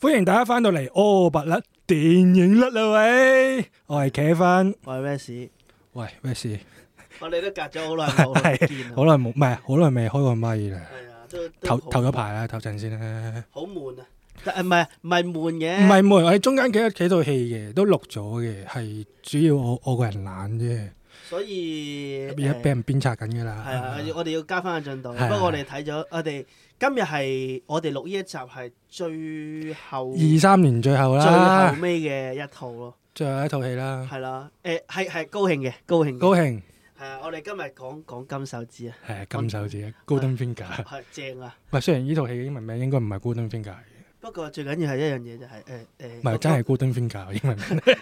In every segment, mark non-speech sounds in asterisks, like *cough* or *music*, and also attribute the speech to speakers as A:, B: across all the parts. A: 歡迎大家翻到嚟《柯拔甩電影甩》啦喂！我係茄芬，
B: 我係 Wes，
A: 喂咩事？
B: 我哋都隔咗好耐冇見
A: 好
B: 啦。
A: 耐冇，唔係好耐未開過咪啦，
B: 係啊，都都
A: 唞
B: 好
A: 唞咗排啦，唞陣先啦。
B: 好悶啊！但係唔係唔係悶嘅，
A: 唔係冇人，我哋中間幾幾套戲嘅都錄咗嘅，係主要我我個人懶啫，
B: 所以
A: 而家
B: 誒
A: 俾人鞭策緊㗎啦。
B: 係啊，我哋要加翻個進度。不
A: 係啊
B: 過我哋睇咗，我哋今日係我哋錄呢一集係最後
A: 二三年最後
B: 最
A: 啦
B: 後，尾嘅一套咯，
A: 最後一套戲啦，
B: 係啦，誒係係高興嘅，高興嘅
A: 高興
B: 係啊！我哋今日講講金手指
A: *laughs*
B: 啊，
A: 係金手指，Golden Finger。
B: 係正啊！
A: 喂，雖然呢套戲嘅英文名應該唔係 Golden Finger，
B: 不過最緊要係一樣嘢就係誒誒，
A: 唔係真係 Golden Finger
B: *laughs*
A: 英文名。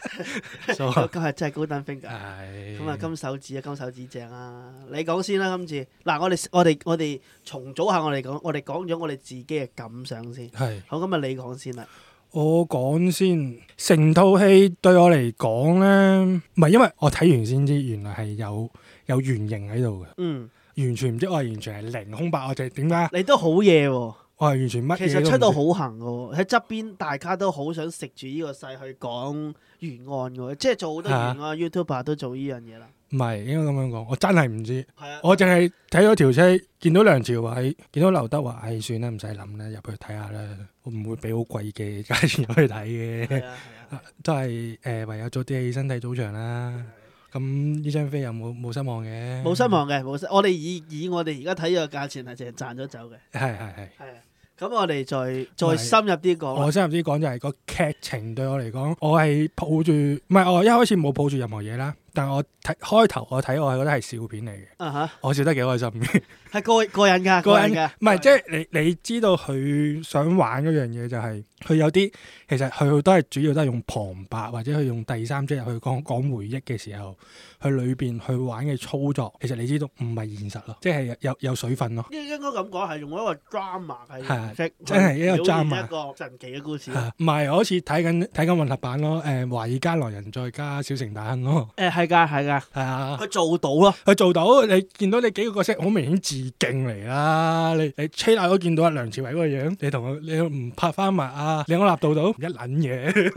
A: So，
B: 我今日真係高登 finger。
A: 係
B: 咁啊，金手指啊，金手指正啊！你講先啦，今次嗱，我哋我哋我哋重組下我哋講，我哋講咗我哋自己嘅感想先。
A: 係
B: 好，咁啊，你講先啦。
A: 我講先，成套戲對我嚟講咧，唔係因為我睇完先知，原來係有有原型喺度嘅，
B: 嗯，
A: 完全唔知我係完全係零空白，我就係點解
B: 你都好嘢喎，
A: 我係完啊全乜嘢
B: 其
A: 都唔
B: 實
A: 知
B: 出到好行嘅喎，喺側邊大家都好想食住呢個勢去講原案嘅喎，即係做好多
A: 啊
B: 原案 YouTuber 都做呢樣嘢啦。
A: 唔係應該咁樣講，我真係唔知，
B: 係啊，
A: 我淨係睇咗條車，見到梁朝偉，見到劉德華，唉、算啦，唔使諗啦，入去睇下啦，我唔會俾好貴嘅價錢入去睇嘅。
B: 係啊，係啊，
A: 都係誒、呃唯有早啲起身睇早場啦。咁呢張飛又冇冇失望嘅，
B: 冇失，望嘅，冇失。我哋以以我哋而家睇嘅價錢係淨係賺咗走嘅。
A: 係係係。
B: 係啊，咁我哋再再
A: 咪
B: 深入啲講啦
A: 我。深入啲講就係個劇情對我嚟講，我係抱住唔係我一開始冇抱住任何嘢啦，但我睇開頭我睇我係覺得係笑片嚟嘅，
B: 啊哈。
A: 我笑得幾開心
B: *laughs*
A: 嘅。
B: 係過過癮㗎，過癮㗎，
A: 唔係即係你你知道佢想玩嗰樣嘢就係、佢有啲其實佢都係主要都係用旁白或者佢用第三者入去講講回憶嘅時候，佢裏邊去玩嘅操作，其實你知道唔係現實咯，即係有有有水分咯。
B: 應應該咁講係用一個 drama 嘅形式，
A: 真係一個 drama
B: 一個神奇嘅故事。
A: 啊唔係，我好似睇緊睇緊混合版咯，誒、華爾街狼人再加小城大亨咯，
B: 誒係㗎係㗎，
A: 係啊。
B: 佢做到咯，
A: 佢做到，你見到你幾個角色好明顯致敬嚟啦。你你吹奶都見到阿梁朝偉嗰個樣，你同佢你唔拍翻埋啊李安納度到一撚嘢，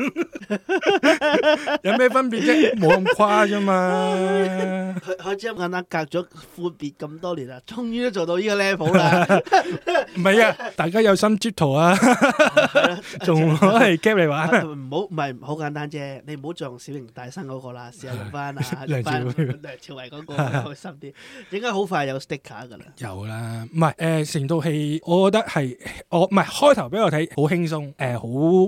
A: *laughs* 有咩分別啫？冇咁誇啫嘛。
B: 佢佢只咁簡單，隔咗闊別咁多年啦，終於都做到呢個
A: *laughs*
B: level 啦。
A: 唔係啊，大家有心截圖啊，仲可以 cap 你玩啊。
B: 唔好唔係好簡單啫，你唔好再用小型大生嗰個啦，試下用翻啊
A: *laughs* 梁
B: 用
A: 朝
B: 翻
A: 偉
B: *laughs* 梁朝
A: *laughs*
B: 偉嗰個開心啲，應該好快有 sticker 㗎啦。
A: 有啦，唔係誒，成套戲我覺得係我唔係開頭俾我睇好輕鬆，誒、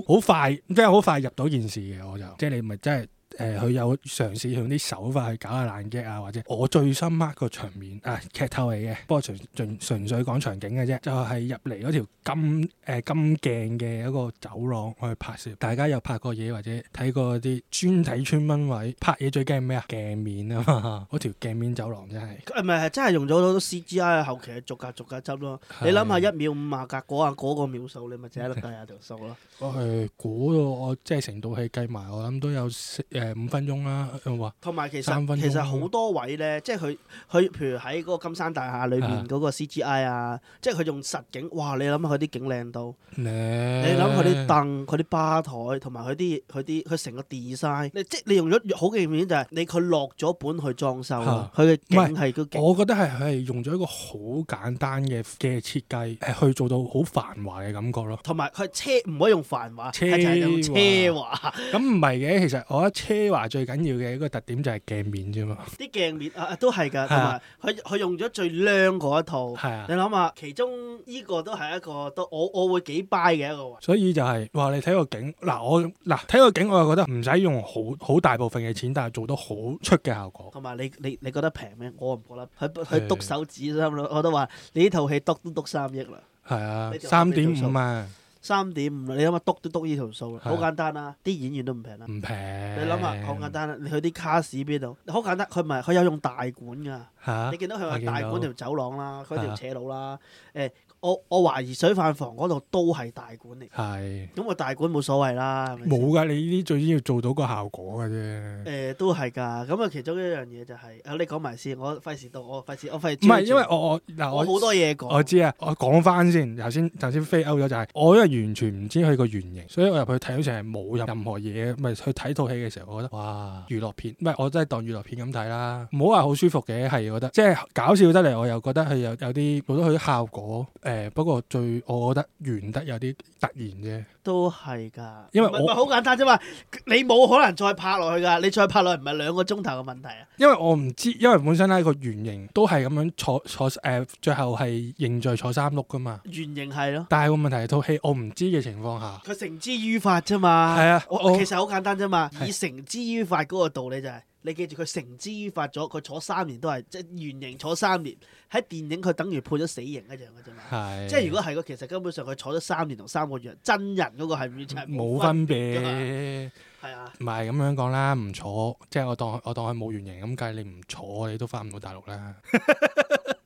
A: 好好快，即係好快入到件事嘅，我就即係你咪真係。誒佢、有嘗試用啲手法去搞下爛劇啊，或者我最深刻個場面啊劇透嚟嘅，不過純純純粹講場景嘅啫，就係入嚟嗰條金誒、呃金鏡嘅一個走廊去拍攝，大家有拍過嘢或者睇過啲專睇村蚊位拍嘢最驚係咩啊鏡面啊嘛，嗰條鏡面走廊真係。
B: 誒唔係係真係用咗好多 CGI 啊後期去逐格逐格執咯。
A: 係
B: 你諗下一秒五下格嗰下啊嗰個秒數，你咪就喺度計下條數咯。
A: 我哦係估到我即係成套戲計埋，我諗都有四誒五分鐘啦。啊我話
B: 同埋其
A: 三分鐘
B: 實其實好多位咧，即係佢佢譬如喺嗰個金山大廈裏
A: 啊
B: 邊嗰個 CGI 啊，即係佢用實景，哇！你諗下佢啲景靚到，
A: 你
B: 你諗佢
A: 諗
B: 啲凳、佢啲吧台，同埋佢啲佢啲佢成個 design，你即係你用咗好嘅面就係你佢落咗本去裝修
A: 啊
B: 咯，佢嘅
A: 唔係
B: 景係個景，
A: 我覺得係佢係用咗一個好簡單嘅嘅設計，係去做到好繁華嘅感覺咯。
B: 同埋佢係奢唔可以用繁華，
A: 奢
B: 係就係用奢華
A: 咁唔係嘅，其實我覺得奢華最緊要嘅一個特點就係鏡面啫嘛。
B: 啲鏡面啊啊都係㗎，
A: 係
B: 同
A: 啊
B: 埋佢佢用咗最靚嗰一套。
A: 係啊
B: 你，諗下，其中呢個都係一個都我我會幾 buy 嘅一個位。
A: 所以就係、話你睇個景嗱，我嗱睇個景，我又覺得唔使用好好大部分嘅錢，但係做到好出嘅效果。
B: 同埋你你你覺得平咩？我唔覺得，佢
A: 係
B: 佢篤手指心諗，我都話你呢套戲篤都篤三億啦，
A: 係啊
B: 你，就話
A: 三
B: 俾
A: 點
B: 到數
A: 五啊，
B: 三點五啦，你諗下篤都篤呢條數啦，
A: 係
B: 好簡單啦，啲演員都唔平啦。
A: 唔平。
B: 你
A: 你
B: 諗下，好簡單啦，你去啲卡士邊度，哦好簡單，佢唔係佢有用大管㗎，
A: 嚇
B: 你見到佢
A: 我
B: 有
A: 見
B: 大
A: 到
B: 管條走廊啦，佢條斜路啦，誒我我懷疑水飯房嗰度都係大館嚟，
A: 係
B: 咁我大館冇所謂啦，係咪先
A: 冇㗎，你呢啲最緊要做到個效果㗎啫。
B: 誒、都係㗎，咁啊，其中一樣嘢就係、啊，你講埋先，我費事到我費事，我費事
A: 唔係
B: 追住
A: 因為我我嗱
B: 啊我好多嘢講，
A: 我知啊，我講翻先，頭先頭先飛歐咗就係、我因為完全唔知佢個原型，所以我入去睇好似係冇任何嘢，咪去睇套戲嘅時候，我覺得哇娛樂片，唔係我真係當娛樂片咁睇啦，唔好話好舒服嘅，係覺得即係搞笑得嚟，我又覺得佢有有啲做到佢啲效果，誒、不過最我覺得完得有啲突然啫，
B: 都係㗎，
A: 因為
B: 唔係唔係
A: 我
B: 好簡單啫嘛，你冇可能再拍落去㗎，你再拍落去唔係兩個鐘頭嘅問題啊，
A: 因為我唔知，因為本身咧個原型都係咁樣坐坐誒、最後係認罪坐三碌噶嘛，
B: 原型係咯，
A: 但係個問題係套戲我唔知嘅情況下。
B: 佢繩之於法啫嘛，
A: 係啊
B: 我
A: 我
B: 其實好簡單啫嘛，
A: 係
B: 以繩之於法嗰個道理就係、你記住佢繩之於法咗，佢坐三年都係即係原刑坐三年，喺電影佢等於判咗死刑一樣嘅啫嘛。
A: 嗯係，
B: 即係如果係個，其實根本上佢坐咗三年同三個月，真人嗰個係完全係
A: 冇
B: 分，
A: 分
B: 㗎
A: 別，
B: 係啊，
A: 唔係咁樣講啦，唔坐，即係我當我當佢冇原型咁計，你唔坐你都翻唔到大陸啦，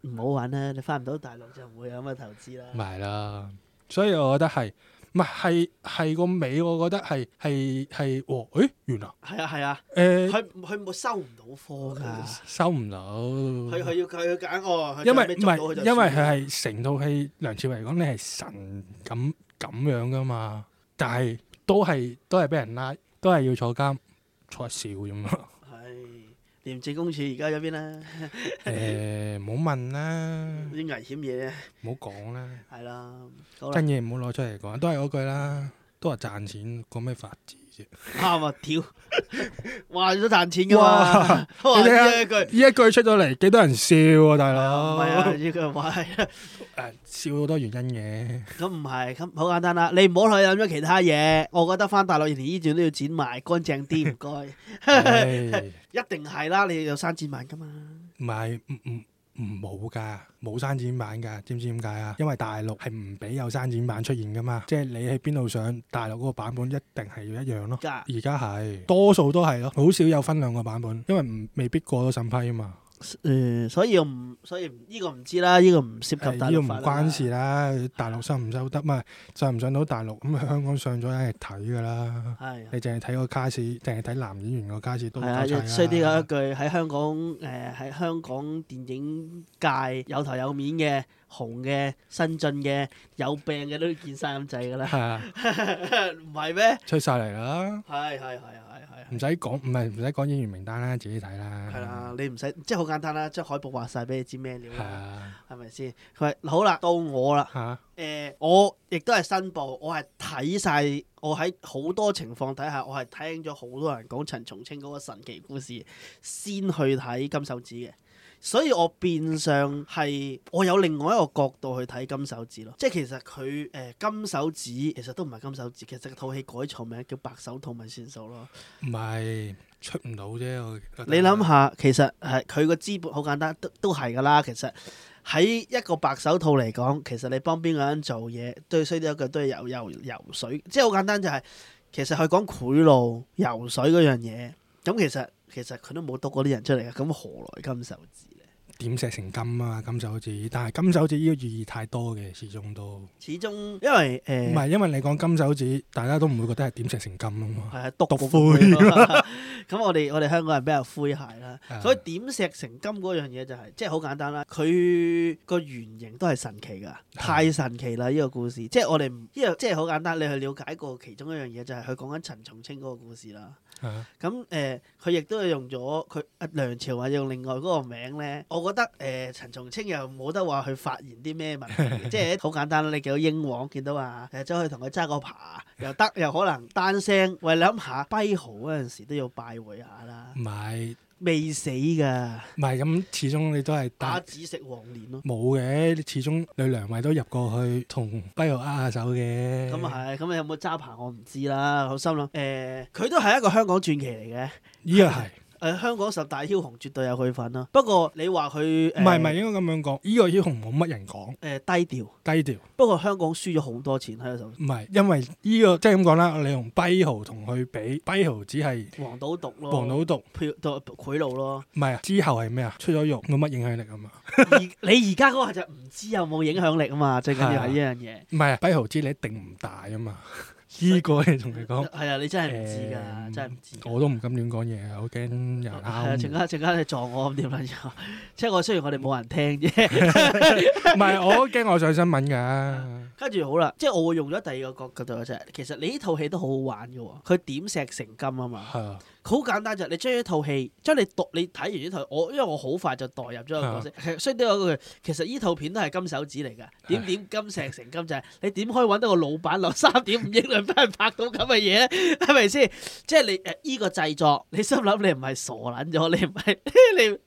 B: 唔好玩啦，你翻唔到大陸就唔會有咁嘅投資啦。
A: 咪係啦，所以我覺得係，唔係係係個尾，我覺得係係係，哦，誒原來
B: 係啊係啊，
A: 誒、
B: 佢佢冇收唔到科㗎，
A: 收唔到，Ừ.
B: 佢佢要佢要揀我，佢
A: 因為
B: 啊
A: 唔
B: 最尾捉到佢就
A: 係因為佢
B: 算
A: 係成套戲，梁朝偉講你係神咁咁樣噶嘛，但係都係都係俾人拉，都係要坐監坐一少啫
B: *laughs*
A: 嘛。
B: 係廉政公署而家有邊啦，
A: 誒，唔好問啦，
B: 啲危險嘢
A: 唔好講啦，
B: 係啦，好啦 *laughs*
A: 真，嘢唔好攞出嚟講，都係嗰句啦，都話賺錢，講咩法治啫？
B: 啱啊， *laughs* 屌，哇都賺錢㗎 *laughs* 嘛，哇
A: 你睇下
B: 呢一句。
A: 呢一句出到嚟，幾多人笑啊，大
B: 唔
A: 佬？
B: 係啊，呢句話係 *laughs* 啊，
A: 誒，笑好多原因
B: *laughs*
A: 嘅，
B: 咁唔係，咁好簡單啦。你唔好去諗咗其他嘢，我覺得翻大陸連呢段都要剪埋，乾淨啲，唔該。
A: 唉
B: 一定係啦，你有三千萬噶嘛？
A: 唔係唔唔。唔冇㗎，冇刪剪版㗎，知唔知點解啊？因為大陸係唔俾有刪剪版出現㗎嘛，即係你喺邊度上，大陸嗰個版本一定係要一樣咯。
B: 㗎
A: 而家係多數都係咯，好少有分兩個版本，因為唔未必過咗審批啊嘛。
B: 誒，所以我唔，所以唔呢個唔知啦，呢個唔涉及
A: 誒
B: 大
A: 呢個
B: 陸
A: 唔
B: 法律啦
A: 關事。啦，大陸收唔收得嘛？上唔上到大陸咁香港上咗梗係睇㗎啦。
B: 係啊
A: 你淨係睇個卡士，淨係睇男演員個卡士都
B: 係啊，
A: 夠
B: 亦衰啲
A: 齊
B: 有一
A: 啦。
B: 句喺香港誒喺香港電影界有頭有面嘅紅嘅新進嘅有病嘅都見晒咁滯㗎啦， *laughs*
A: 係啊，
B: 唔係咩？
A: 出晒嚟啦，
B: 係係係係係。
A: 唔使講，唔係唔使講演員名單啦，自己睇啦。
B: 係啦，你唔使即係好簡單啦，將海報畫晒俾你知咩料
A: 嗯係
B: 啦，
A: 啊，
B: 係咪先？佢話好啦，到我啦，
A: 嚇
B: 誒、我亦都係申報，我係睇晒，我喺好多情況底下，我係聽咗好多人講陳松青嗰個神奇故事，先去睇金手指嘅。所以我變相係我有另外一個角度去睇金手指咯，即係其實佢誒、金手指其實都唔係金手指，其實套戲改錯名叫白手套咪算數咯。
A: 唔係出唔到啫。我覺得
B: 你諗下，其實係佢個資本好簡單，都都係㗎啦。其實喺一個白手套嚟講，其實你幫邊個人做嘢，最衰都一句都係游游游水，即係好簡單就係、其實佢講賄賂、游水嗰樣嘢，咁其實其實佢都冇督嗰啲人出嚟嘅，咁何來金手指咧？
A: 點石成金啊嘛，金手指，但係金手指呢個意義太多嘅，始終都唔
B: 始終因為誒。
A: 係因為你講金手指，大家都唔會覺得係點石成金啊嘛。
B: 係啊，篤
A: 篤
B: 灰
A: 灰。
B: *laughs* 咁我哋我哋香港人比較灰鞋啦，
A: 啊
B: 所以點石成金嗰樣嘢就係、即係好簡單啦。佢個原型都係神奇
A: 啊
B: 㗎，太神奇啦！呢、個故事，即係我哋唔呢個即係好簡單，你去了解過其中一樣嘢就係佢講緊陳松青嗰個故事啦。
A: 啊
B: 咁誒，呃佢、亦都係用咗佢啊梁朝偉用另外嗰個名咧，我覺得誒、呃、陳松青又冇得話去發言啲咩問
A: *laughs*
B: 題，即係好簡單啦。你見到英皇，見到話誒走去同佢揸個扒
A: *laughs*
B: 又得，又可能單聲。喂，你諗下，跛豪嗰陣時都要拜會下啦
A: 唔，係
B: 未死㗎，
A: 唔係咁，始終你都係
B: 打子食黃連咯。
A: 冇嘅，你始終呂良偉都入過去同跛豪握下手嘅。
B: 咁啊係，咁呃有冇揸扒我唔知啦。好心諗誒，佢、都係一個香港傳奇嚟嘅。
A: 呢個係
B: 誒香港十大梟雄絕對有佢份啦。不過你話佢
A: 唔
B: 誒
A: 係唔係應該咁樣講，呢個枭雄冇乜人講，
B: 誒低調，
A: 低調。
B: 不過香港輸咗好多錢喺啊度。
A: 唔係，因為呢個即係咁講啦，你同跛豪同佢比，跛豪只係
B: 黃賭毒咯，
A: 黃賭毒，
B: 票賭賄賂咯。
A: 唔係啊之後係咩啊？出咗獄冇乜影響力啊嘛。
B: 而 *laughs* 你而家嗰個就唔知有冇影響力啊嘛，最緊要係呢樣嘢。
A: 唔係啊，跛豪知你一定唔大啊嘛。 *laughs* 呢個你同佢
B: *laughs*
A: 講，
B: 係啊，你真係唔知
A: 誒
B: 㗎，真係唔知㗎。
A: 我都唔敢亂講嘢啊，我驚有人
B: 係
A: 敲
B: 啊，
A: 門。
B: 陣間陣間你撞我咁點啦？又 *laughs* 即係我雖然我哋冇人聽啫， *laughs*
A: 唔係，我都驚我上新聞
B: *laughs*
A: 㗎。
B: 跟住好啦，即係我會用咗第二個角度嘅啫。其實你呢套戲都好好玩嘅喎，佢點石成金啊嘛。
A: 係啊，
B: 好簡單就係你將呢套戲，將你讀你睇完呢套，我因為我好快就代入咗個角色。
A: 啊
B: 其實雖然都有一句，其實呢套片都係金手指嚟㗎，點點金石成金就係、你點可以揾到個老闆落三點五億兩俾人拍到咁嘅嘢 *laughs* 咧？係咪先？即係你誒依個製作，你心諗你唔係傻撚咗，你唔係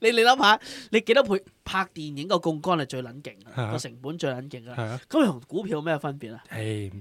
B: *laughs* 你你你諗下，你幾多倍拍電影個槓桿係最撚勁
A: 係
B: 㗎，
A: 啊
B: 個成本最撚勁㗎。
A: 係啊，
B: 咁你同股票有咩分別啊？
A: 誒，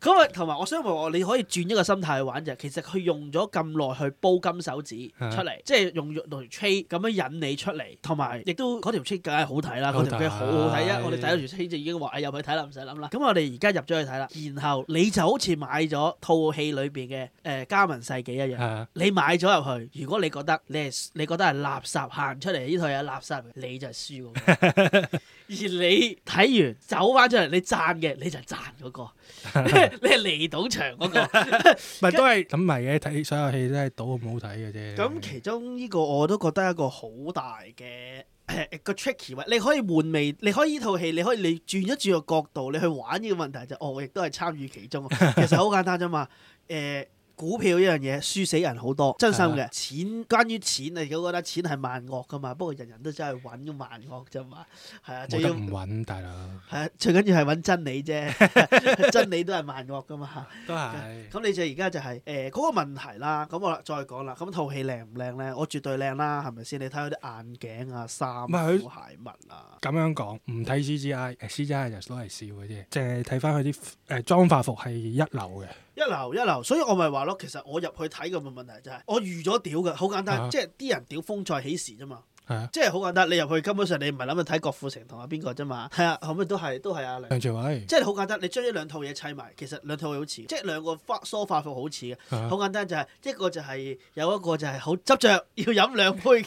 B: 咁啊，同埋我想問我，你可以轉一個心態去玩就係，其實佢用咗咁耐去煲金手指
A: 啊
B: 出嚟，即係用用條 chain 咁樣引你出嚟，同埋亦都嗰條 chain 梗係好睇啦，
A: 好睇
B: 嗰條 chain 好好睇啊！我哋睇到條 chain 就已經話哎入去睇啦，唔使諗啦。咁我哋而家入咗去睇啦，然後你就好似買咗套戲裏邊嘅誒《加文世紀》一樣。
A: 啊，
B: 你買咗入去，如果你覺得你係你覺得係垃圾行出嚟呢套嘢係垃圾，你就係輸嗰、個。而你睇完走翻出嚟，你讚嘅你就係讚嗰、個，你係離賭場嗰、個。
A: 咪都係咁咪嘅，睇所有戲都係賭好唔好睇嘅啫。
B: 咁其中呢個我都覺得一個好大嘅。 *clears throat* 誒個 tricky 位，你可以換味，你可以呢套戲，你可以你轉一轉個角度，你去玩呢個問題就，哦，我亦都係參與其中。
A: *laughs*
B: 其實好簡單啫嘛，誒、股票呢樣嘢輸死人好
A: 啊
B: 多，真心
A: 係
B: 嘅。錢關於錢，你都覺得錢係萬惡噶嘛，不過人人都真係揾萬惡啫嘛，係啊，
A: 冇
B: 最
A: 得
B: 要
A: 唔揾，大佬
B: 係啊，最緊要係揾真
A: *laughs*
B: 理啫， *laughs* 真理都係萬惡噶嘛。
A: 都係
B: 咁你就而家就係誒嗰個問題啦，咁我再講啦。咁套戲靚唔靚咧？我絕對靚啦，係咪先？你睇佢啲眼鏡啊、衫啊、
A: 唔係佢
B: 褲鞋襪啊，
A: 咁樣講，唔睇 CGI，誒 CGI 就攞嚟笑嘅啫，淨係睇翻佢啲誒妝化服係一流嘅。
B: 一流一流。所以我咪話咯，其實我入去睇個問題就係我預咗屌嘅，好簡單，
A: 啊
B: 即係啲人屌風再起時啫嘛，
A: 係啊，
B: 即係好簡單。你入去根本上你唔係諗住睇郭富城同阿邊個啫嘛，係啊，後尾都係都係阿梁
A: 梁朝偉
B: 即係好簡單，你將呢兩套嘢砌埋，其實兩套嘢好似，即係兩個花梳化服好似嘅。
A: 啊
B: 好簡單就係、一個就係、有一個就係好執着要飲兩杯
A: *laughs*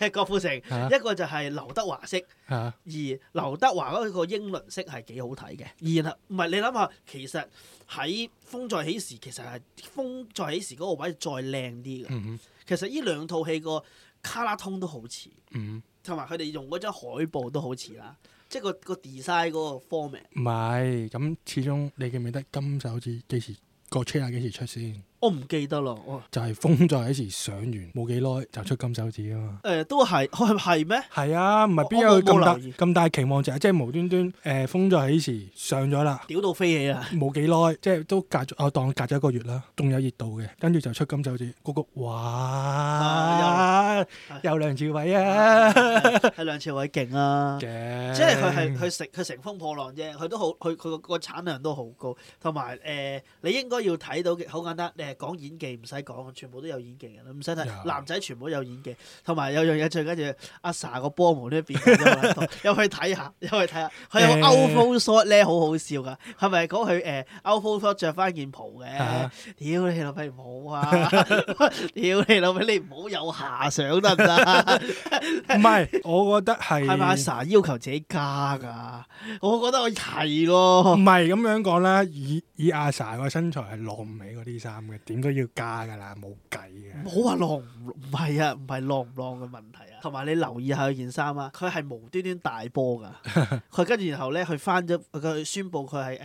B: 嘅郭富城，
A: 啊
B: 一個就係劉德華式。
A: 啊
B: 而劉德華嗰個英倫式係幾好睇嘅，然後唔係你諗下，其實喺風再起時，其實係風再起時嗰個位再靚啲嘅。
A: 嗯
B: 其實呢兩套戲個卡拉通都好似，
A: 嗯
B: 同埋佢哋用嗰張海報都好似啦，即係個個 design 嗰個 format。
A: 唔係咁，始終你記唔記得金手指幾時個 trailer 幾時出先？
B: 我唔記得咯，我
A: 就係風在幾時上完冇幾耐就出金手指啊嘛。
B: 誒、都係係係咩？
A: 係啊，唔係邊
B: 我
A: 有
B: 我冇
A: 咁大
B: 留意
A: 咁大期望就係即係無端端誒風在起時上咗啦。
B: 屌到飛起啊！
A: 冇幾耐，即係都隔咗，我當隔咗一個月啦，仲有熱度嘅，跟住就出金手指，嗰個
B: 啊
A: 哇，有梁朝偉啊
B: 係梁朝偉勁啊！
A: 嘅，
B: 即係佢係佢成佢乘風破浪啫，佢都好，佢佢個個產量都好高，同埋誒你應該要睇到嘅好簡單，你係講演技唔使講，全部都有演技嘅啦，唔使
A: 有
B: 睇男仔全部都有演技，同埋有樣嘢最緊要阿 sa 個波門呢變咗啦，
A: *laughs*
B: 入去睇下，入去睇下，佢有
A: 誒
B: 個 outflow shot 咧好好笑㗎，係咪講佢呃誒 outflow shot 著翻件袍嘅
A: 啊？
B: 屌你老味唔好啊！屌你老味你唔好有遐想得唔得？
A: 唔係，我覺得係
B: 係咪阿 sa 要求自己加㗎？我覺得我係咯
A: 唔，係咁樣講啦？以以阿 sa 個身材係浪唔起嗰啲衫嘅，點都要加㗎啦，冇計嘅。
B: 冇話浪唔唔係啊，唔係浪唔浪嘅問題啊。同埋你留意下佢件衫啊，佢係無端端大
A: *laughs*
B: 波㗎。佢跟住然後咧，佢翻咗佢宣佈佢係誒誒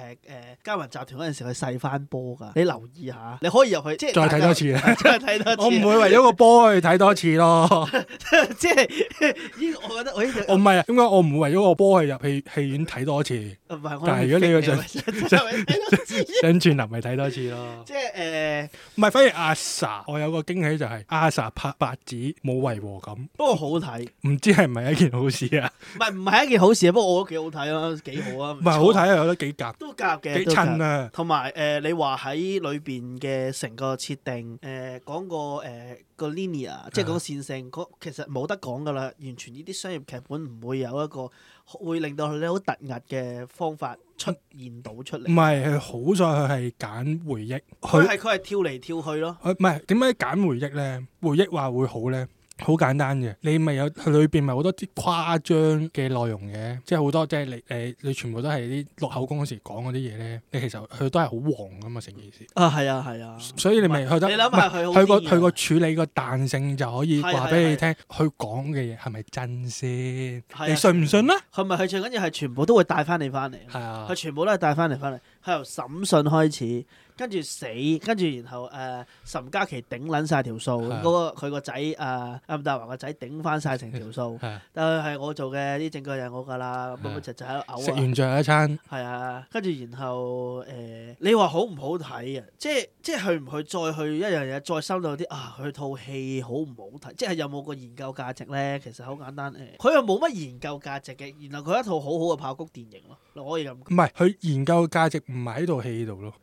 B: 嘉文集團嗰陣時，佢細翻波㗎。你留意下，你可以入去即係
A: 再睇多
B: 大家，
A: 次啦，
B: *laughs* 再睇多次。啊
A: 我唔會為咗個波去睇多次咯。 *laughs*
B: *laughs* 即係呢個，我覺得我呢
A: 我
B: 樣
A: 唔係，點解我唔會為咗個波去入戲戲院睇多次？
B: 唔係我諗
A: 但係如果你個 *laughs*
B: 係真係睇多次
A: 想轉林咪睇多次咯。
B: 即係誒、呃啫。
A: 唔係，反而阿 sa，我有個驚喜就係阿 sa 拍白紙冇違和感，
B: 不過好睇，
A: 唔知係唔係一件好事啊？
B: 唔係唔係一件好事，不過我覺得幾好睇啊，幾好啊，
A: 唔係好睇，啊，有得幾夾，
B: 都夾嘅，
A: 幾
B: 都夾
A: 襯啊！
B: 同埋誒，你話喺裏邊嘅成個設定，誒、呃講個誒、個 linear，即係
A: 啊
B: 講線性，嗰其實冇得講噶啦，完全呢啲商業劇本唔會有一個會令到你好突兀嘅方法出現到出
A: 唔
B: 嚟。
A: 係，佢好在佢係揀回憶，
B: 佢
A: 嗯佢
B: 係佢係跳嚟跳去咯，
A: 佢唔係點解揀回憶咧？回憶話會好咧？好簡單嘅，你咪有佢裏邊咪好多啲誇張嘅內容嘅，即係好多即係你誒、你全部都係啲落口供嗰時講嗰啲嘢咧，你其實佢都係好黃噶嘛成件事，
B: 啊係啊係啊，
A: 所以你咪
B: 唔係
A: 覺得
B: 你諗
A: 唔係
B: 下佢好
A: 佢個
B: 癲
A: 佢個
B: 㗎
A: 處理個彈性就可以
B: 係
A: 話
B: 係
A: 俾你
B: 係
A: 聽，佢講嘅嘢係咪真先？
B: 係啊
A: 你信唔信咧？
B: 佢咪佢最緊要係全部都會帶翻你翻嚟。
A: 係啊
B: 佢，全部都係帶翻嚟翻嚟，佢由審訊開始，跟住死，跟住然後誒、呃、岑嘉琪頂撚晒條數，
A: 係啊
B: 嗰、個佢個仔誒暗大華個仔頂翻晒成
A: *laughs*
B: 條數，
A: 係啊
B: 但係我做嘅啲證據就係我㗎啦，咁
A: 係啊
B: 乜就就喺度
A: 食
B: 嘔啊，
A: 完最後一餐，
B: 係啊，跟住然後誒、呃你話好唔好睇啊？即係即係去唔去再去一樣嘢，再深到啲啊，佢套戲好唔好睇？即係有冇個研究價值咧？其實好簡單誒，呃佢又冇乜研究價值嘅，然後佢一套好好嘅爆谷電影咯，我可以咁講。
A: 唔係佢研究價值唔係喺
B: *laughs*
A: 套戲度咯，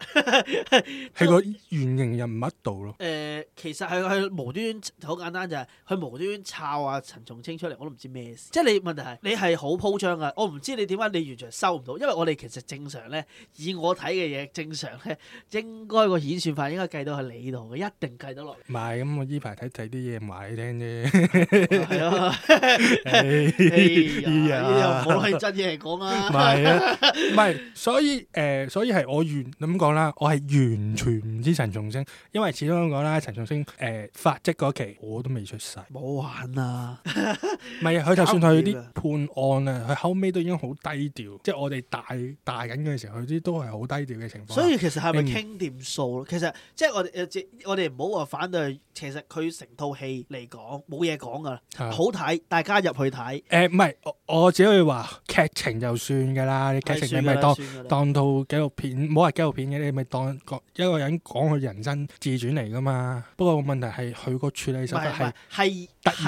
A: 喺個原型人物度咯。
B: 誒、呃其實係佢無端端好簡單就係、佢無端端抄啊陳松青出嚟，我都唔知咩事。即係你問題係你係好鋪張噶，我唔知你點解你完全收唔到，因為我哋其實正常咧，以我睇嘅嘢正常咧，應該個演算法應該計到喺你度嘅，一定計到落嚟。
A: 唔係，咁我依排睇睇啲嘢唔話你聽
B: *laughs* 係啊， *laughs* 哎
A: *laughs* 啫。
B: 呀，呢啲又唔好攞真嘢嚟講啦。
A: 唔係
B: *laughs*
A: 啊，唔係，所以誒、所以係我完咁講啦，我係完全唔知陳松星，因為始終咁講啦，陳松星誒、法職嗰期我都未出世，
B: 冇玩 *laughs* 啊！
A: 唔係啊佢就算佢
B: 搞
A: 啲判案啊，佢後尾都已經好低調，即係我哋大大緊嘅時候，佢啲都係好低調嘅情況。
B: 所以其實係咪
A: 你唔
B: 傾掂數咯？其實即係我哋誒我哋唔好話反對，其實佢成套戲嚟講冇嘢講噶啦，
A: 係
B: 好睇，大家入去睇。
A: 誒唔係，我我只可以話劇情就算㗎啦，你劇情你咪當。
B: 當
A: 當套紀錄片，唔好話紀錄片嘅，你咪當講一個人講佢人生自傳嚟噶嘛。不過問題係佢個處理
B: 唔
A: 手法係
B: 係係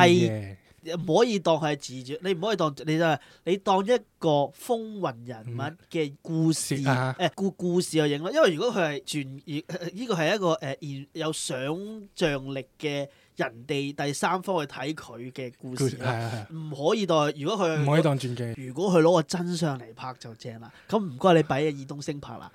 A: 得意
B: 係
A: 嘅，
B: 係唔可以當佢係自傳，你唔可以當你就係你當一個風雲人物嘅故事
A: 嗯啊
B: 誒故故事去影咯。因為如果佢係傳，呢個係一個誒現有想像力嘅人哋第三方去睇佢嘅故
A: 故
B: 事
A: 事係
B: 咯，
A: 啊
B: 唔可以當如果
A: 係
B: 佢
A: 啊，唔可以當傳記。
B: 如果佢攞個真相嚟拍就正啦，咁唔該你俾阿爾東升拍啦，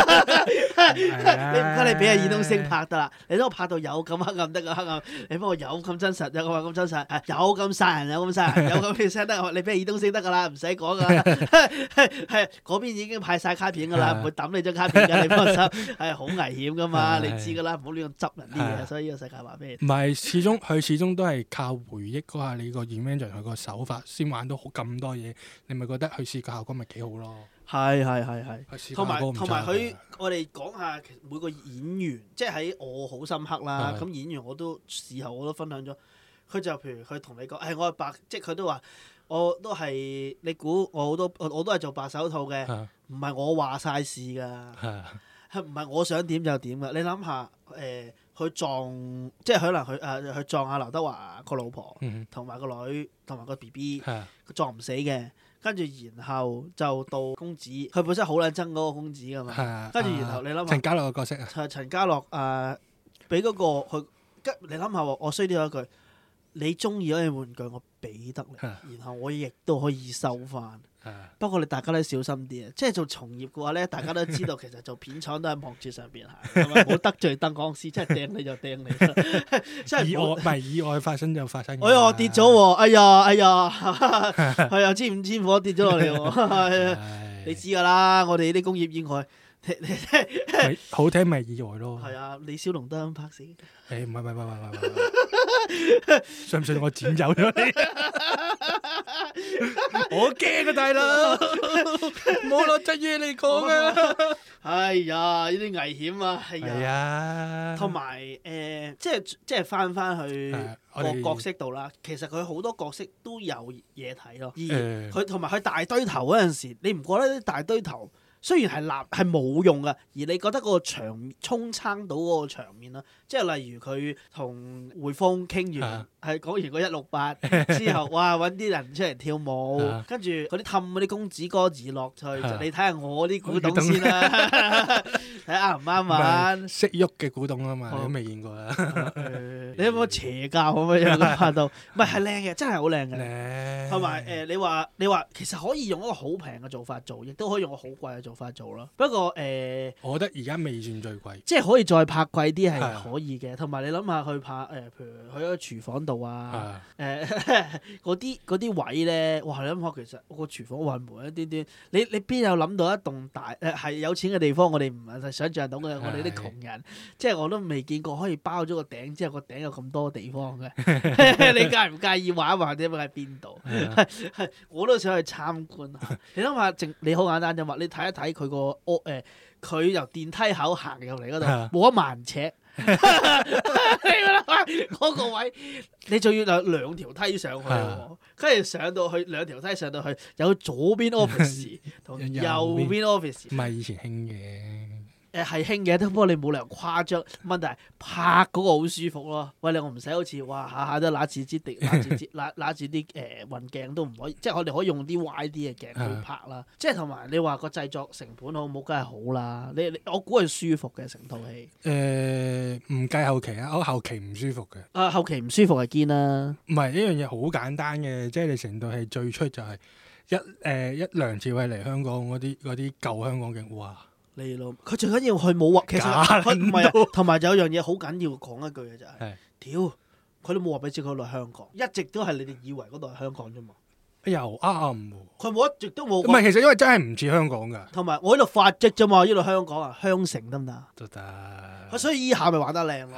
A: 你唔
B: *laughs* 你唔該你俾阿爾東升，拍得啦，你都拍到有咁黑暗得咁黑暗，你幫我有咁真實，有咁咁真實，啊有咁殺人，有咁殺人，有咁血腥得，你俾阿爾東升得噶啦，唔使講噶啦，係嗰邊已經派晒卡片噶啦，唔會抌你張卡片㗎，你放心，係好危險噶嘛，你知噶啦，唔好亂咁執人啲嘢，所以呢個世界話俾你聽。
A: 唔係始終佢始終都係靠回憶嗰下你個 invention 佢個手法先玩到好咁多嘢，你咪覺得佢視覺效果咪幾好咯。
B: 係係係係。
A: 佢視覺
B: 同埋
A: 效果唔
B: 同
A: 差
B: 埋佢
A: 㗎，
B: 我哋講下其實每個演員，即係喺我好深刻啦。
A: 係
B: 咁演員我都事後我都分享咗，佢就譬如佢同你講，誒、我係白，即係佢都話我都係你估我好多我我都係做白手套嘅，
A: 係啊
B: 唔係我話晒事㗎，
A: 係啊
B: 係唔係我想點就點㗎？你諗下誒，佢、撞即係可能佢誒佢撞下劉德華個老婆
A: 嗯
B: 同埋個女同埋個 B B。
A: 係
B: *laughs*
A: 啊
B: 佢撞唔死嘅，跟住然後就到公子，佢本身好撚憎嗰個公子噶嘛，
A: 係啊
B: 跟住然後你諗下
A: 陳家樂個角色啊，
B: 陳呃陳家樂啊，俾嗰個佢，跟你諗下喎，我衰啲有一句，你中意嗰樣玩具我俾得你，然後我亦都可以收翻。
A: 係啊
B: 不過你大家都小心啲啊，即係做從業嘅話咧，大家都知道其實做片廠都係望住上邊行，係咪唔好得罪燈光師，即係掟你就掟你 *laughs* 啦，即
A: 意
B: 係
A: 外
B: 唔好
A: 唔係意外發生就發生㗎啦。
B: 哎呀，我跌咗喎！哎呀，哎呀， *laughs* 係啊，千五千火跌咗落嚟喎！ *laughs*
A: *laughs*
B: 係啊
A: 唉
B: 你知㗎啦，我哋呢啲工業意外，
A: 咪好聽咪意外咯。
B: 係啊，李小龍都咁拍死。
A: 誒唔係唔係唔係唔係唔係唔係，信唔信我剪走咗你？我驚啊大佬，冇攞質嘢嚟講啊！
B: 哎呀，呢啲危險啊！哎
A: 係
B: 呀，
A: 啊，
B: 同埋誒，即係即係翻翻去
A: 係我
B: 個
A: 哋
B: 角色度啦。其實佢好多角色都有嘢睇咯。而
A: 誒
B: 佢同埋佢大堆頭嗰陣時，你唔覺得啲大堆頭雖然係立係冇用噶，而你覺得嗰個場面衝撐到嗰個場面啦，即係例如佢同匯豐傾完
A: 啊，
B: 係講完嗰一六
A: *laughs*
B: 八之後，哇揾啲人出嚟跳舞
A: 啊，
B: 跟住嗰啲氹嗰啲公子哥兒落去，
A: 啊
B: 就你睇下我啲古
A: 古
B: 董
A: 董
B: 先啦， *laughs* 睇下啱唔啱玩。
A: 識喐嘅古董啊嘛，
B: 哦
A: 你都未見過啦。
B: 你有冇邪教咁樣樣拍到？唔係係靚嘅，真係好靚嘅。
A: 咧
B: 同埋誒，你話你話其實可以用一個好平嘅做法做，亦都可以用個好貴嘅做法做咯。不過誒、呃
A: 我覺得而家未算最貴。
B: 即係可以再拍貴啲係
A: 係啊
B: 可以嘅。同埋你諗下去拍誒、呃譬如去咗廚房度啊，
A: 啊，
B: 誒 *laughs* 嗰啲嗰啲位咧，哇！你諗下其實個廚房混門一啲啲，你你邊有諗到一棟大誒係、有錢嘅地方？我哋唔係想像到嘅，我哋啲
A: 係
B: 窮人，即係我都未見過可以包咗個頂之後，個頂有咁多地方嘅。 *laughs* 你介唔介意玩一玩啲乜喺邊度？
A: 係啊
B: 我都想去參觀
A: *laughs*
B: 下。你諗下，淨你好簡單啫嘛，你睇一睇佢個屋誒，佢、由電梯口行入嚟嗰度
A: 啊
B: 冇一萬尺。你諗下嗰個位，你仲要有兩條梯上去喎
A: 啊，
B: 跟住上到去兩條梯上到去，有左
A: *laughs*
B: 邊 office 同右
A: 右邊
B: 邊 office，
A: 唔係以前興嘅。
B: 誒呃係興嘅，不過你冇理由誇張。問題係拍嗰個好舒服咯。喂，你我唔使好似哇下下都揦住支 *laughs* 滴，揦住支揦揦住啲誒運鏡都唔可以，即係我哋可以用啲歪啲嘅鏡去拍啦。即係同埋你話個製作成本好唔好，梗係好啦。你你我估係舒服嘅成套戲。
A: 誒唔計後期啊，我後期唔舒服嘅。
B: 啊、後期唔舒服係堅啦，
A: 唔係呢樣嘢好簡單嘅，即係你成套戲最出就係一誒、一梁朝偉嚟香港嗰啲嗰啲舊香港嘅，哇！
B: 你老佢最緊要佢冇話，其實
A: 假
B: 佢唔係
A: 撚
B: 啊，同埋有樣嘢好緊要講一句嘅就係、
A: 係
B: 屌佢都冇話俾你知佢來香港，一直都係你哋以為嗰度係香港啫嘛。
A: 又啱喎，呃啊唔
B: 佢冇一直都冇講
A: 係其實因為真係唔似香港㗎，
B: 同埋我呢度發跡啫嘛，呢度香港啊，香城得唔得啊？
A: 都得
B: 佢所以依下咪玩得靚咯。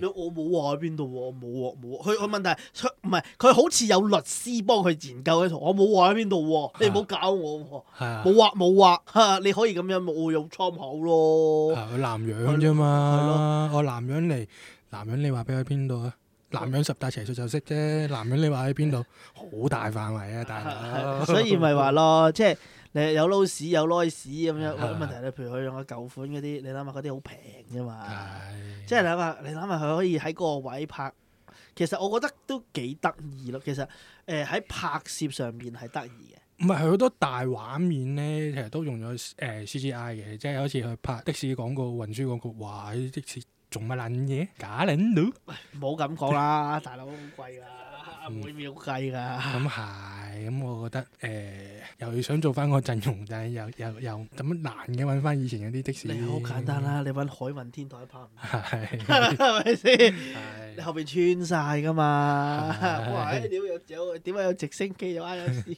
B: 你
A: 係
B: 我冇話喺邊度喎，我冇喎，冇喎。佢佢問題係佢唔係佢好似有律師幫佢研究嘅圖，我冇話喺邊度喎，你唔好搞我
A: 係啊
B: 喎，冇畫冇 *laughs* 畫嚇，你可以咁樣冇用窗口咯。
A: 啊佢南洋啫嘛，我南洋嚟，南洋你話俾我邊度啊？南洋十大邪術就識啫，南洋你話喺邊度？好大範圍啊，大佬。
B: *laughs* 所以咪話咯，即係你有撈屎有 noise 咁樣，
A: 係
B: 問題你譬如佢用個舊款嗰啲，你諗下嗰啲好平啫嘛。
A: 係
B: 即係諗下，你諗下佢可以喺嗰個位拍，其實我覺得都幾得意咯。其實誒喺、拍攝上面係得意嘅，
A: 唔係佢好多大畫面咧，其實都用咗誒、CGI 嘅，即係好似去拍的士廣告、運輸廣告，哇！啲的士仲乜撚嘢？假撚到
B: 唔好咁講啦，
A: *laughs*
B: 大佬好貴啦，
A: 嗯
B: 每秒計㗎。
A: 咁係，咁我覺得誒、又要想做翻個陣容，但係又又又咁難嘅揾翻以前嗰啲的士。
B: 你好簡單，啦，你揾海運天台拍唔
A: 係
B: 得，係咪先？ *laughs* 你
A: 係
B: 後邊穿晒㗎嘛？
A: 係
B: 哇！哎屌有有點解有直升機有 I S 你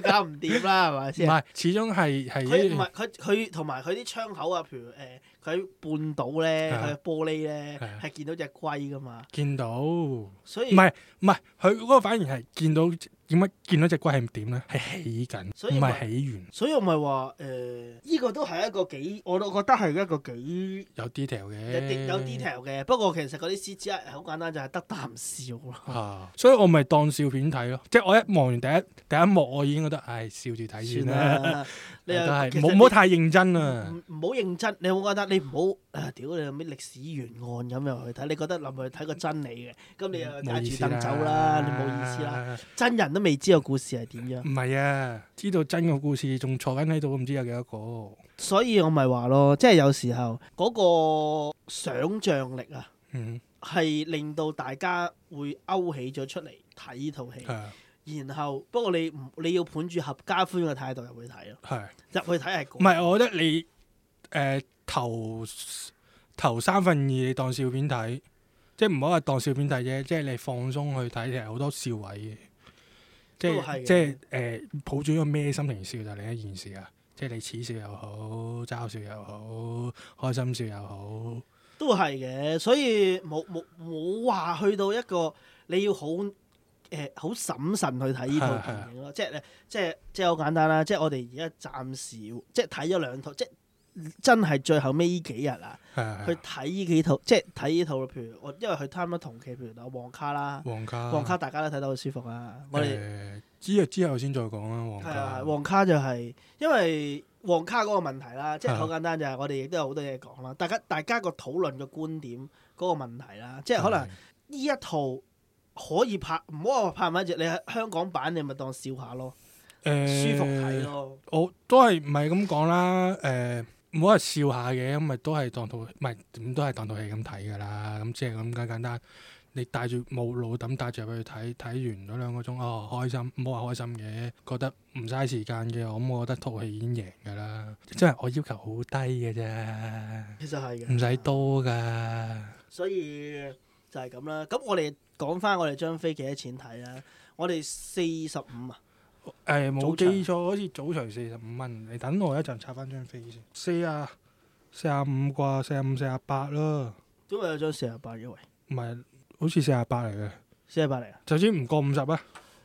B: 搞唔掂啦，係咪
A: 唔
B: 先？
A: 係，始終係係
B: 佢唔
A: 一
B: 係佢佢同埋佢啲窗口啊，譬如誒佢喺半島咧，
A: 係啊
B: 佢嘅玻璃咧
A: 係啊
B: 係見到隻龜㗎嘛，
A: 見到，唔
B: 所以。
A: 係唔係，佢嗰個反而係見到點解見到只龜係點咧？係起緊，
B: 所以
A: 唔
B: 咪
A: 係起完，
B: 所以我咪話誒，呢、個都係一個幾，我都覺得係一個幾
A: 有 detail
B: 有
A: 嘅，
B: 有 detail 嘅。不過其實嗰啲 CGI 係好簡單，就係得啖笑咯。
A: 啊！所以我咪當笑片睇咯，即係我一望完第一第一幕，我已經覺得唉笑住睇
B: 算
A: 先啦， *laughs*
B: 啦，你
A: 都
B: 又
A: 係
B: 其實
A: 冇
B: 你
A: 冇太認真啊啦。
B: 唔唔好認真，你有冇覺得你唔好啊？屌你有咩歷史懸案咁樣去睇？你覺得諗去睇個真理嘅，咁你又帶
A: 嗯冇意
B: 嗯住
A: 思
B: 凳走啦，你冇意思啦。。真人都未知個故事係點樣，
A: 唔係啊，知道真個故事仲坐緊喺度，唔知有幾多個。
B: 所以我咪話咯，即係有時候嗰個想像力啊，
A: 嗯，
B: 係令到大家會勾起咗出嚟睇呢套戲。
A: 係啊
B: 然後不過你唔你要盤住合家歡嘅態度入去睇咯，
A: 係。
B: 入去睇係
A: 唔
B: 嗰
A: 係，我覺得你誒頭頭三分二你當笑片睇，即係唔好話當笑片睇啫，即係你放鬆去睇，其實好多笑位嘅。即
B: 都係
A: 係
B: 嘅
A: 即係誒，抱住一個咩心情笑就另一件事啊！即係你恥笑又好，嘲笑又好，開心笑又好，
B: 都係嘅，所以冇冇冇話去到一個你要好誒好審慎去睇呢
A: 係
B: 套
A: 係
B: 電影咯，即係即係即係好簡單啦，即係我哋而家暫時即係睇咗兩套，即係真係最後尾呢幾日啊，
A: 係啊
B: 去
A: 係啊
B: 睇呢幾套，即係睇呢套，譬如我因為佢差唔多同期，譬如有旺卡啦，
A: 黃卡呃
B: 旺卡大家都睇得好舒服啊，我哋。
A: 誒之後之後先再講啦，黃
B: 係啊，
A: 卡
B: 黃卡就係、因為黃卡嗰個問題啦，即係
A: 啊
B: 好簡單就係我哋亦都有好多嘢講啦。大家大家個討論嘅觀點嗰個問題啦，即係可能呢一套可以拍，唔好話拍唔拍住，你喺香港版你咪當笑下咯，
A: 誒
B: 呃舒服睇。咯。
A: 我都係唔係咁講啦，誒、唔好話笑下嘅，咁咪都係當套，唔係點都係當套戲咁睇㗎啦，咁即係咁簡簡單。你帶住冇腦抌帶住入去睇，睇完嗰兩個鐘，哦開心，唔好話開心嘅，覺得唔嘥時間嘅，咁我覺得套戲已經贏㗎啦。即係我要求好低嘅啫，
B: 其實係嘅，
A: 唔使。多㗎。
B: 所以就係咁啦。咁我哋講翻我哋張飛幾多錢睇啦？我哋四十五啊，
A: 誒冇
B: 早場
A: 記錯，好似早場四十五蚊。你等我一陣拆翻張飛先，四啊四啊五啩，四啊五四啊八啦。
B: 點解有張四十八嘅喂？
A: 唔係，好似四廿八嚟嘅，
B: 四十八嚟啊！
A: 就算唔過五十啊，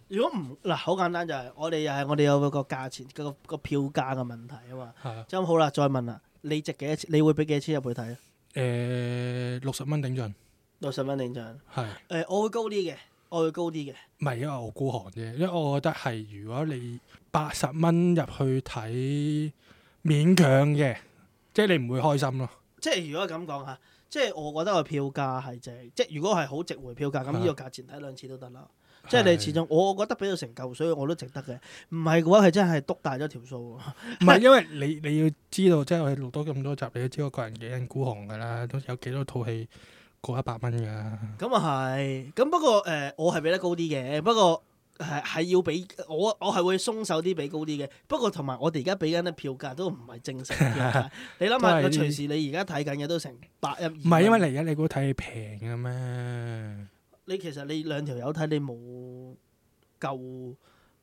B: 如果唔嗱，好簡單就係、我哋又係我哋有個價錢個個票價嘅問題啊嘛。
A: 係啊，
B: 咁好啦，再問啦，你值幾多錢？你會俾幾多錢入去睇啊？
A: 誒六十蚊頂盡，
B: 六十蚊定獎？誒、
A: 係
B: 我會高啲嘅，我會高啲嘅。
A: 唔係因為我孤寒啫？因為我覺得係如果你八十蚊入去睇，勉強嘅，即係你唔會開心咯。
B: 即係如果咁講嚇，即係我覺得個票價係值，即係如果係好值回票價，咁呢個價錢睇兩次都得啦。即啊係你始終，我覺得俾到成嚿水我都值得嘅。唔係嘅話，係真係篤大咗條數喎。
A: 唔係因為你你要知道，即係我哋錄多咁多集，你都知我個人幾人孤寒㗎啦，都有幾多套戲過一百蚊㗎。
B: 咁啊係，咁不過誒、呃我係俾得高啲嘅，不過係係要俾我我係會鬆手啲俾高啲嘅。不過同埋我哋而家俾緊嘅票價都唔係正常嘅票
A: *laughs*
B: 價。你諗下，
A: 都係
B: 佢隨時你而家睇緊嘅都成百一。
A: 唔
B: 唔
A: 係因為你而家你估睇戲平嘅咩？
B: 你其實你兩條友睇你冇夠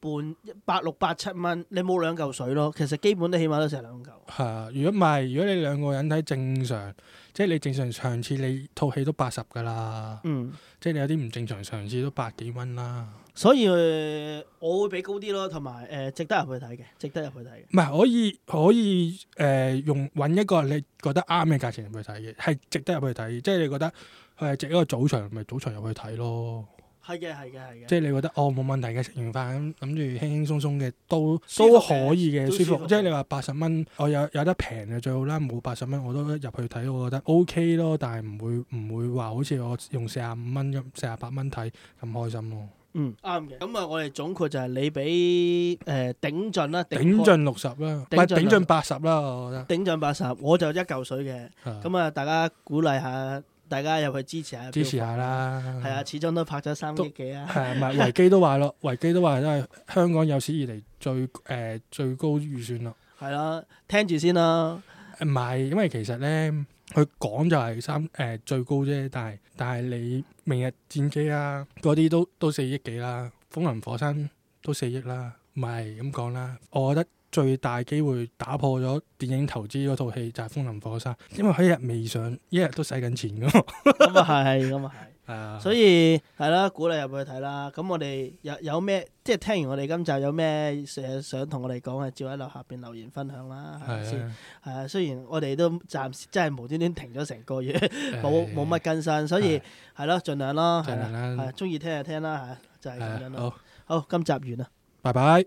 B: 半八六八七蚊，你冇兩嚿水咯。其實基本都起碼都成兩嚿。
A: 係啊，如果唔係，如果你兩個人睇正常，即係你正常上次你套戲都八十㗎啦，
B: 嗯，
A: 即係你有啲唔正常上次都百幾蚊啦。
B: 所以呃我會俾高啲咯，同埋誒值得入去睇嘅，值得入去睇嘅。
A: 唔係可以可以誒、呃用揾一個你覺得啱嘅價錢入去睇嘅，係值得入去睇。即係你覺得佢係值一個早場，咪早場入去睇咯。
B: 係嘅，係嘅，係嘅。
A: 即係你覺得哦冇問題嘅，食完飯咁諗住輕輕鬆鬆嘅都
B: 舒服
A: 都
B: 嘅
A: 可以嘅
B: 都
A: 舒
B: 舒
A: 服。
B: 服
A: 即係你話八十蚊，我有有得平嘅最好啦，冇八十蚊我都入去睇，我覺得 O、k 咯，但係唔會唔會話好似我用四十五蚊咁四十八蚊睇咁開心咯。
B: 嗯，啱嘅。咁啊，我哋總括就係你俾誒頂盡啦，
A: 頂盡六十啦，唔係
B: 頂盡
A: 頂盡八十啦，我覺得。
B: 頂盡八十，我就一嚿水嘅。
A: 係
B: 咁啊，大家鼓勵下，大家入去支持下，
A: 支持。下嗯啦。
B: 係啊，始終都拍咗三
A: 都
B: 億幾啊。
A: 係啊，唔係維基都話咯，維基都話都係香港有史以嚟最誒、呃最高預算咯。
B: 係啦，聽住先啦。
A: 唔係，因為其實咧，佢講就係三誒、呃最高啫，但係但係你明日戰機啦，嗰啲都都四億幾啦，風林火山都四億啦，唔係咁講啦。我覺得最大機會打破咗電影投資嗰套戲就係、風林火山，因為佢一日未上，一日都使緊錢噶嘛。
B: 咁啊係，咁啊係。
A: 係 *laughs* 啊
B: 所以係啦，鼓勵入去睇啦。咁我哋有有咩，即係聽完我哋今集有咩誒想同我哋講嘅，照喺樓下邊留言分享啦，係咪
A: 係
B: 先？
A: 啊
B: 係啊，雖然我哋都暫時真係無端端停咗成個月，冇
A: 啊誒
B: 冇乜更新，所以
A: 係
B: 係咯，盡量咯，係
A: 盡量
B: 啦，
A: 啦
B: 係中意聽就聽啦，係就係咁樣
A: 係啊
B: 咯。
A: 好，
B: 好，今集完啦。
A: 拜拜。